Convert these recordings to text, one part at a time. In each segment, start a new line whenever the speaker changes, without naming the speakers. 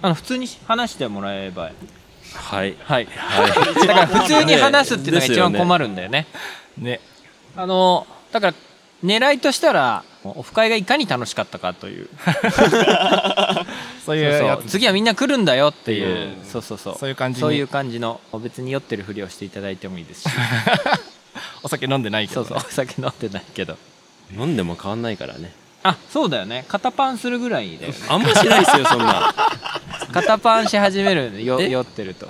あの普通に話してもらえば
はい
はい
は
だから普通に話すっていうのが一番困るんだよね
いね
あのだから狙いとしたらオフ会がいかに楽しかったかという
そう
そう
いう
そう
やつ
次はみんな来るんだよっていう、
うん
そうそうそう
そういう感じに
そういう感じの別に酔ってるふりをしていただいてもいいですし
お酒飲んでない け
そ
ど
う
ね
そうお酒飲んでないけど
飲んでも変わんないからね
あそうだよね肩パンするぐらいだよね
あんましないですよそん な
肩パンし始めるよ
え
酔ってると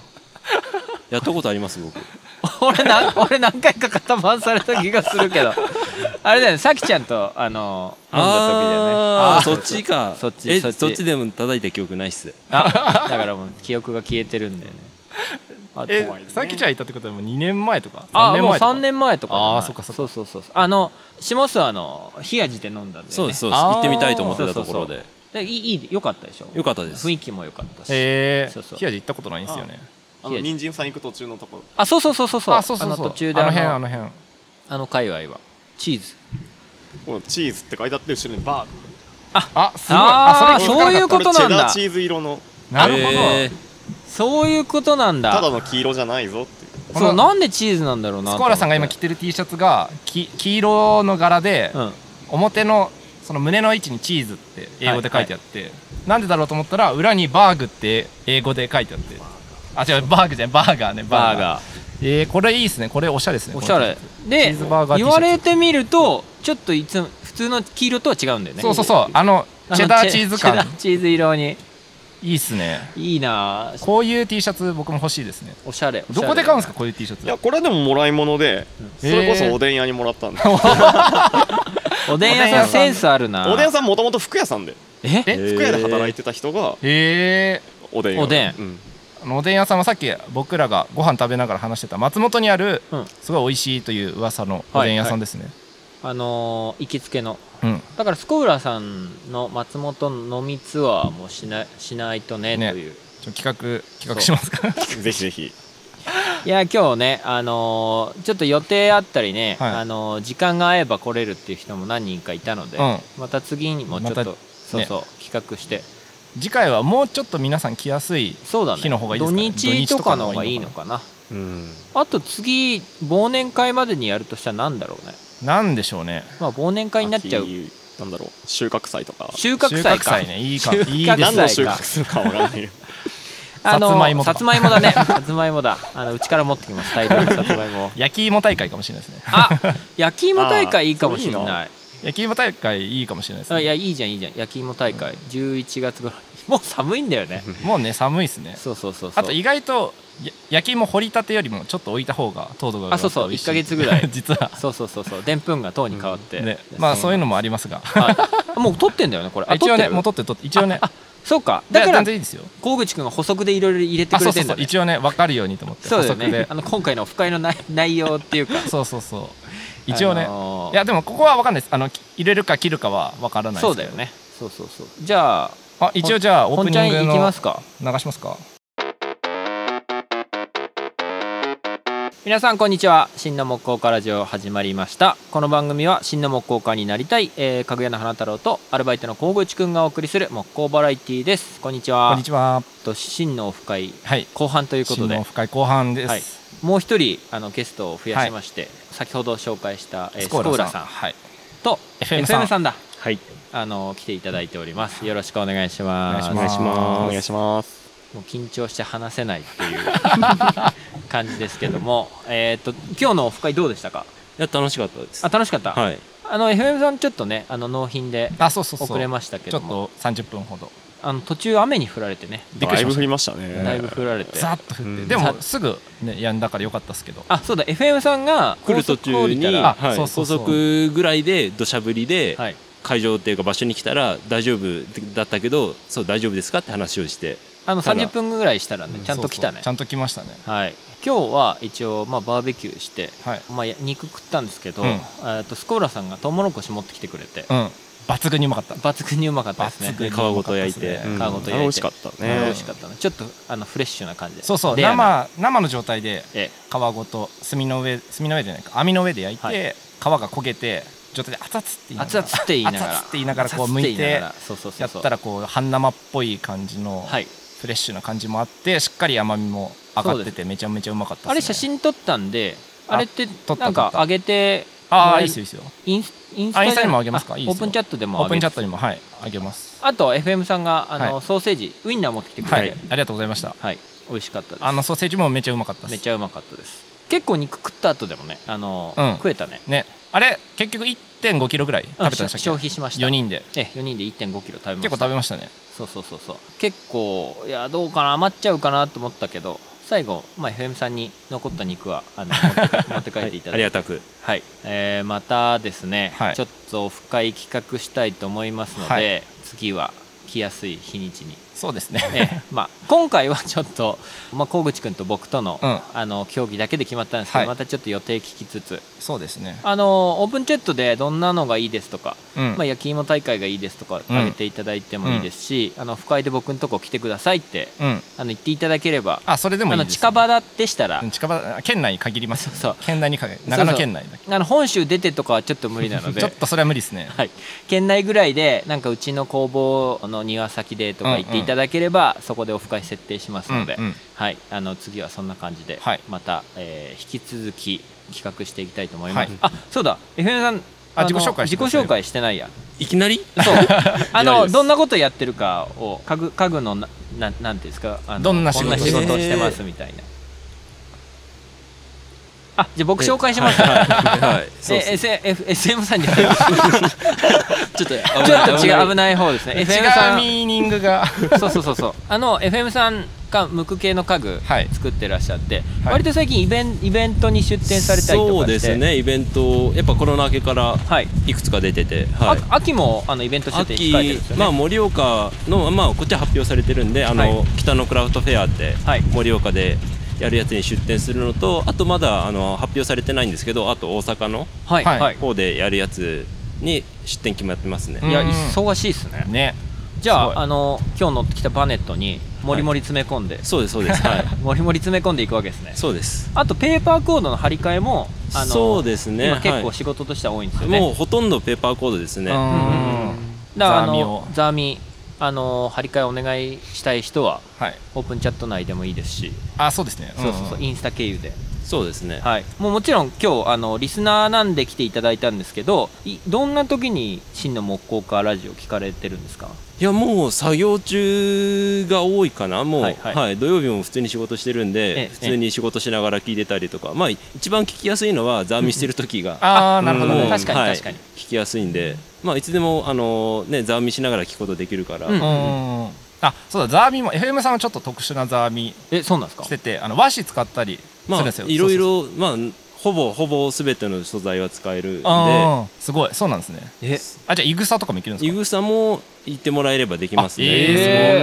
やったことあります僕
俺な俺何回か肩パンされた気がするけどあれだよねさきちゃんとあの飲んだ時だよね
あー
ー
そっちか
そっち
え
そっち
そっちでも叩いた記憶ないっす
あだからもう記憶が消えてるんだよねあ
え
怖いね
さっきちゃん行ったってことはもう2年前とか
あ
3年
もう
前とか
3年前とかだな
あーそっかそっか
そうそうそうそうあの下諏訪の冷味で飲んだんだよね
そうですそうです
あー
行ってみたいと思ってたとこ
そ
ろ
う
で
でいいいい良かったでしょ
よかったです
雰囲気も良かったし、
え
そうそう
ー、冷やで行ったことないんですよね
あの人参さん行く途中のところ
あそうそうそうそうそう
あそうそう
あ
そ
の
う
途中で
あ
あ
の
の
辺あの辺
あの界隈はチーズ
このチーズって書いてあって後ろにバーって
あすごい
あー
それ気づかな
そう
かった
いうこと
れチ
なんだ
ェダーチーズ色の
なるほど、
えー
そういうことなんだ
ただの黄色じゃないぞっていう
この
そうなんでチーズなんだろうな
スコアラさんが今着てる T シャツがき黄色の柄で、
うん
表のその胸の位置にチーズって英語で書いてあって、なんでだろうと思ったら裏にバーグって英語で書いてあってあ違うバーグじゃないバーガーね
バ
バーガ
ー
ー
ガ
えー、これいいですねこれおしゃれですね
ーおしゃれで
チーズバーガー T
言
シ
わ
ャツ
れてみるとちょっといつも普通の黄色とは違うんだよね
そうそうそうあの
あの
チェダーチーズ
チェダ
感
ーチーズ色に
いいっすね
いいなぁ
こういう T シャツ僕も欲しいですね
おしゃれ
どこで買うんです
か
かこういう T シャツ
いやこれでももらい物でそれこそおでん屋にもらっ たんで
おでん屋さんセンスあるな
おでん屋さんもともと服屋さんで
え
え
服屋で働いてた人が
へえ
おでん屋
おでん
うん
あのおでん屋さんはさっき僕らがご飯食べながら話してた松本にある
うん
すごい美味しいという噂のおでん屋さんですね、
あのー行きつけの
うん
だからスコウラさんの松本の飲みツアーもしなしないとね
ね
という
ちょ企画企画しますか
ぜひぜひ
いや今日ねあのーちょっと予定あったりね、
はい
あのー時間が合えば来れるっていう人も何人かいたので、
うん
また次にもちょっと、
また
そうそう、企画して
次回はもうちょっと皆さん来やすい
そうだね
日の方がいいですかね
土日とかの方がいいのかな
うん
あと次忘年会までにやるとしたら何だろうね
なんでしょうね
まあ忘年会になっちゃう
秋なんだろう収穫祭とか
収穫祭か
収穫祭ねいい か
収穫
いいですね
何
祭
の
か
収穫するかわからないけど
あの
さつまいもと
さ
か
つまいもだねさつまいもだあのうちから持ってきます大量にさつまいも
焼き芋大会かもしれないですね
あ焼き芋大会いいかもしれ
あーそれいい
ない
焼き芋大会いいかもしれないです
あいや
ね
いいじゃんいいじゃん焼き芋大会11月ぐらいもう寒いんだよね
もうね寒いですね
そうそうそうそう
あと意外とや焼き芋掘りたてよりもちょっと置いた方が糖度が上がって
あそうそう
美味し
一ヶ月ぐらい
実は
そうそうそうそうでんぷんが糖に変わって、
ねまあそういうのもありますが
の、はい、もう取ってんだよねこれあ
一応
取って
ね
る
もう取って取って一応ね
あそうか
いや
だから
全然いいですよ
小口くんが補足でいろいろ入れて
あ
く
そ
れ
うそ
て
うんそ
だ
う
ね
一応ね分かるようにと思って
そうだよ
補足
ね
で
あの今回のオフ会の内 内容っていうか
そうそ うそう一応ね
あのー
いやでもここは分かんないですあのき入れるか切るかは分からないです
そうだよねそうそうそうじゃあ
あ一応じゃあオープ
本
ニ
ちゃん
ング
行
の
きま
流
すか
しますか
皆さんこんにちは新の木工家ラジオ始まりましたこの番組は新の木工家になりたい、えー、かぐやの花太郎とアルバイトの小口くんがお送りする木工バラエティですこんにちは
こんにちは
と新のオフ会
はい
後半ということ
新
で
の深い後半です、
はいもう一人あのゲストを増やしまして、先ほど紹介した、えー、スコーラさん
はい
と
FM さん
FM さんだ
はい
あの来ていただいておりますよろ しくお願いします
お
お願いします
お
お
願
願
い
い
し
します
もう緊張して話せないっていう 感じですけどもえっと今日のオフ会どうでしたか
いや楽しかったです
あ楽しかった、
はい
あの FM さんちょっとねあの納品で
あそうそうそう
遅れましたけ
ちょ
ども
っと30分ほど
あの途中雨に降られてね
びっくり
だ
し
い
ま
ぶ
した
降りましたね
だいぶ降られて
ざっと降って、
うん
で
ざ
もすぐねやんだからよかったですけど
あそうだ FM さんが
来る途
高速降
中
りた
に、
ら
あ
はい
そうそうそう
高速ぐらいで土砂降りで、
はい
会場っていうか場所に来たら大丈夫だったけどそう大丈夫ですかって話をして
あの
ただ
30分ぐらいしたらねちゃんと来た
そうそ
ね
うちゃんと来ましたね
はい今日は一応まあバーベキューして
はい
まあや肉食ったんですけど、
うん
えーとスコーラさんがトウモロコシ持ってきてくれて
うん抜群にうまかった
抜群にうまかったです
抜
ね
群
皮ごと焼いて
う
う
ま
ん
皮
あ
ごと焼いて
れ美味しかった
あれ美
ね
味しかったねちょっとあのフレッシュな感じで
そうそう
レアな
生生の状態で
え
皮ごと炭の上炭の上じゃないか網の上で焼いて、
はい
皮が焦げて状態で熱々って言い
え
なが
熱々っ
ら
て言いながら
熱々って言いながら
熱々っ
こう剥いて
そうそうそ
や
う
っ
そう
たらこう半生っぽい感じの
はい
フレッシュな感じもあってしっかり甘みも上がっ
そう
て
で
てめちゃめちゃうまかったっす、ね、
あれ写真撮ったんであれって
撮った
なんか
撮った
上げて
あ
も
あ
ら
いい
え
ですよいいですよ
インスインス
あ
タ
イン
に
スタにもあげますか
あ
いいですよ
オープンチャットでも
オープンチャッ
ト
トにもはいあげます
あと FM さんがあの、
は
ソーセージウインナー持ってきてくれて、
は
はいい
ありがとうございました
美味しかったです
あのソーセージもめちゃうまかったです
めちゃうまかったです結構肉食った後でもねあの、
うん
食えたね
ねあれ結局1 5キロぐらい食べたんでした
あ
っけ
消費しました
4人で
え4人で1 5キロ食べました
結構食べましたね
そうそうそうそう結構いやどうかな余っちゃうかなと思ったけど最後、まあ、FM さんに残った肉はあの持 って持って帰っていた
あ
だ
り
いて、
がたく
はいえーまたですね、
はい
ちょっとオフ会企画したいと思いますので、
はい
次は来やすい日にちに、
そうですね
え えまあ、今回はちょっと、まあ、小口君と僕との,、
うん
あの競技だけで決まったんですけど、
はい
またちょっと予定聞きつつ
そうですね
あのオープンチェットでどんなのがいいですとか
うん
まあ、焼き芋大会がいいですとか
うん
挙げていただいてもいいですし、あの不快で僕のとこ来てくださいって
うん
あの言っていただければ
あそれでも
あ
いい
の
です
近場だでしたら、
うん近場県内に限ります
そう
県内に限り長野県内だけ
あの本州出てとかはちょっと無理なので
ちょっとそれは無理ですね
はい、県内ぐらいでなんかうちの工房の庭先でとか言っていただければ、そこでオフ会設定しますので、
うんうん
はい、あの次はそんな感じで、
はい
また、えー引き続き企画していきたいと思います、
はい
あそうだ FM さん
あ
の
自己紹介し
自
て
己
くださいよ
紹介してないや
いきなり
そう。あ
いやい
の、
や
どんなことやってるかを、家具、家具のな、なん、なんていうんですか。あの
どんな仕事
こ仕事をしてますみたいな。あ、じゃ、あ僕紹介しますから。
はいそう
え、
ですね
S. F. S. M. さんじゃない。
ちょっと
ちょっと違う、危
危ない
ない方ですね。
違う
F. M. さ
ミーニングが
ん。そうそうそうそう。あの、F. M. さんが無垢系の家具
はい
作ってらっしゃって。
はい
割と最近イベン、イベントに出店されたりとかして。
そうです。ねイベントやっぱコロナ明けから
はい。
いくつか出てて、はい
あ秋もあのイベント出店控えてるんですよね。
まあ盛岡のまあこっちは発表されてるんであの、
はい
北のクラフトフェアって
はい
盛岡でやるやつに出店するのとあとまだあの発表されてないんですけどあと大阪の
はい、
はい
はい。
方でやるやつに出店決まってますね、
うん
いや、忙しいですね。
ね
じゃ
すごい
あ、あの今日乗ってきたバネットにもりもり詰め込んで、
そうですそうですはい
もりもり詰め込んでいくわけですね
そうです
あとペーパーコードの張り替えもあの
そうですね
今結構
は
仕事としては多いんです
い
よね、
もうほとんどペーパーコードですね
う
うん
ん
だからあ
ザーミ
の
を
ザーミあの張り替えお願いしたい人は
はい
オープンチャット内でもいいですし、
あそうですね
そうそうそう
い
インスタ経由で、
そうですね
はい、もうもちろん今日あのリスナーなんで来ていただいたんですけどいどんな時に真の木工家ラジオ聞かれてるんですか
いやもう作業中が多いかなもう、
は
はいい
はい
土曜日も普通に仕事してるん
ええ
で普通に仕事しながら聞いてたりとかまあ一番聞きやすいのはザーミしてる時が
ああなるほど
う
ね
ん確かに
はい
確かに
聞きやすいんで、まあ、いつでも、あのね、ざわみしながら聞くことできるから、
うん
うんあそうだザーミも FM さんはちょっと特殊なザーミ
えそうなんですか
しててあの和紙使ったりする
ま
ん
あ
ですよ、
いろい
そう
ろ、まあ、ほぼほぼすべての素材は使えるんで
そうそうあーすごいそうなんですね
え
あじゃあいぐさとかもいけるんで
い
すか
ぐさも言ってもらえればできますね、
え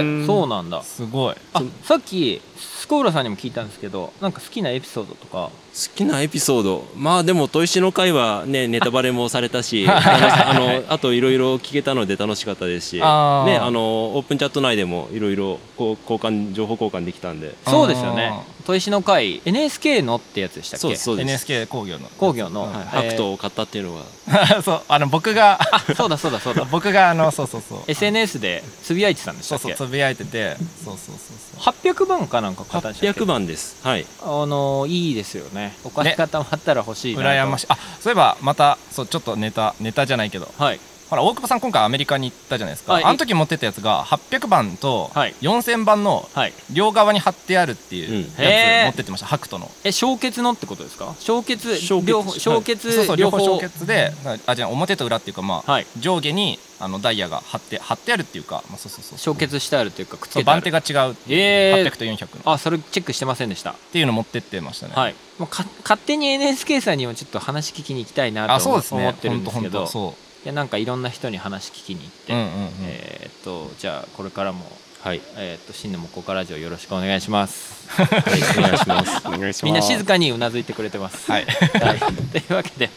えー、そうなんだ
すごい
あさっきスコーラさんにも聞いたんですけどなんか好きなエピソードとか
好きなエピソードまあでも「砥石の会」は ねネタバレもされたしあのあのあといろいろ聞けたので楽しかったですし、ね、
あー
あのオープンチャット内でもいろいろこう交換情報交換できたんで
あー
そうですよね砥石の会 NSK のってやつでしたっけ
そうですそうです
NSK 工業の
工業の、
はい
えー
アクトを買ったっていうのは
そうあの僕が
あそうだそうだそうだ
僕があのそうそうそう
SNS でつぶやいてたんでした
そう
っ
そう
け
つぶやいててそうそうそうそう
800番かなんか買ったんでしたっけ
800番ですはい
あのいいですよねお金がたまったら欲しいなと
羨ましいあそういえばまたそうちょっとネタネタじゃないけど
はい
ほら大久保さん今回アメリカに行ったじゃないですか、
はい
あの時持ってったやつが800番と
はい
4000番の
はい
両側に貼ってあるって
うん
いう
へー
やつ持ってってました、白斗の
え消血のってことですか消血
消血
両方消
はいそうそ
血
う両
両方
方消血であじゃあ表と裏っていうかまあ、
はい
上下にあのダイヤが貼って貼ってあるっていうか、まあ、そうそうそう
消血してあるというかくっつ
そう
けてあ
番
る
手が違う、
えー
800と400のっ
あそれチェックしてませんでした
ていうの持ってってましたね、
はい、もうか勝手に NHK さんにもちょっと話聞きに行きたいな
あ
と
そう
思
ですね
思ってるんですけ
ほ
ど
んとほんとそ
いやなんかいろんな人に話聞きに行って、
う、うんうんうん
えーっとじゃあこれからも、
はい
えーっと新年もここラジオよろしくお願いします
お願いします。
お願いします
みんな静かにうなずいてくれてます
はい、
はい というわけで、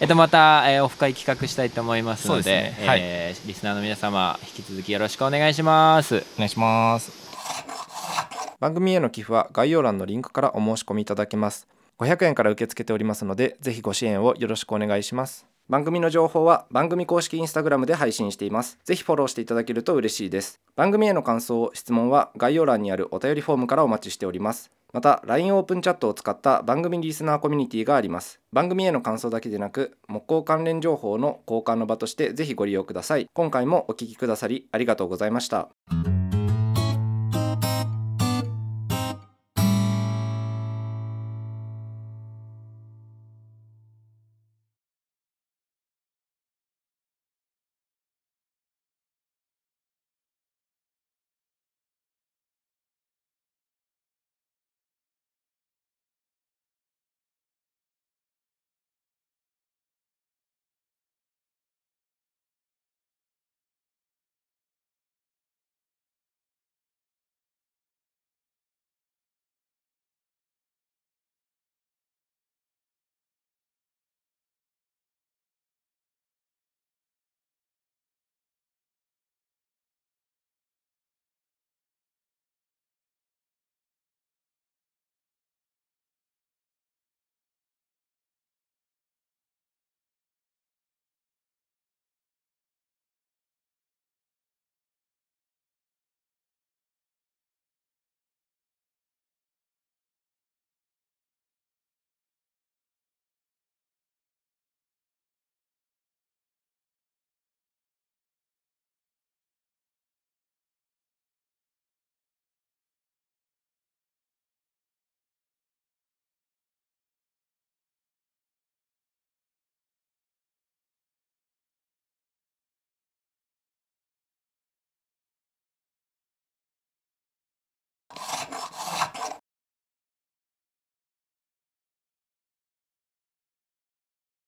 えっとまた、えーオフ会企画したいと思いますので
そうですねはい
えーリスナーの皆様引き続きよろしくお願いします
お願いします
番組への寄付は概要欄のリンクからお申し込みいただけます500円から受け付けておりますのでぜひご支援をよろしくお願いします番組の情報は番組公式インスタグラムで配信しています。ぜひフォローしていただけると嬉しいです。番組への感想、質問は概要欄にあるお便りフォームからお待ちしております。また、LINE オープンチャットを使った番組リスナーコミュニティがあります。番組への感想だけでなく、木工関連情報の交換の場としてぜひご利用ください。今回もお聞きくださりありがとうございました。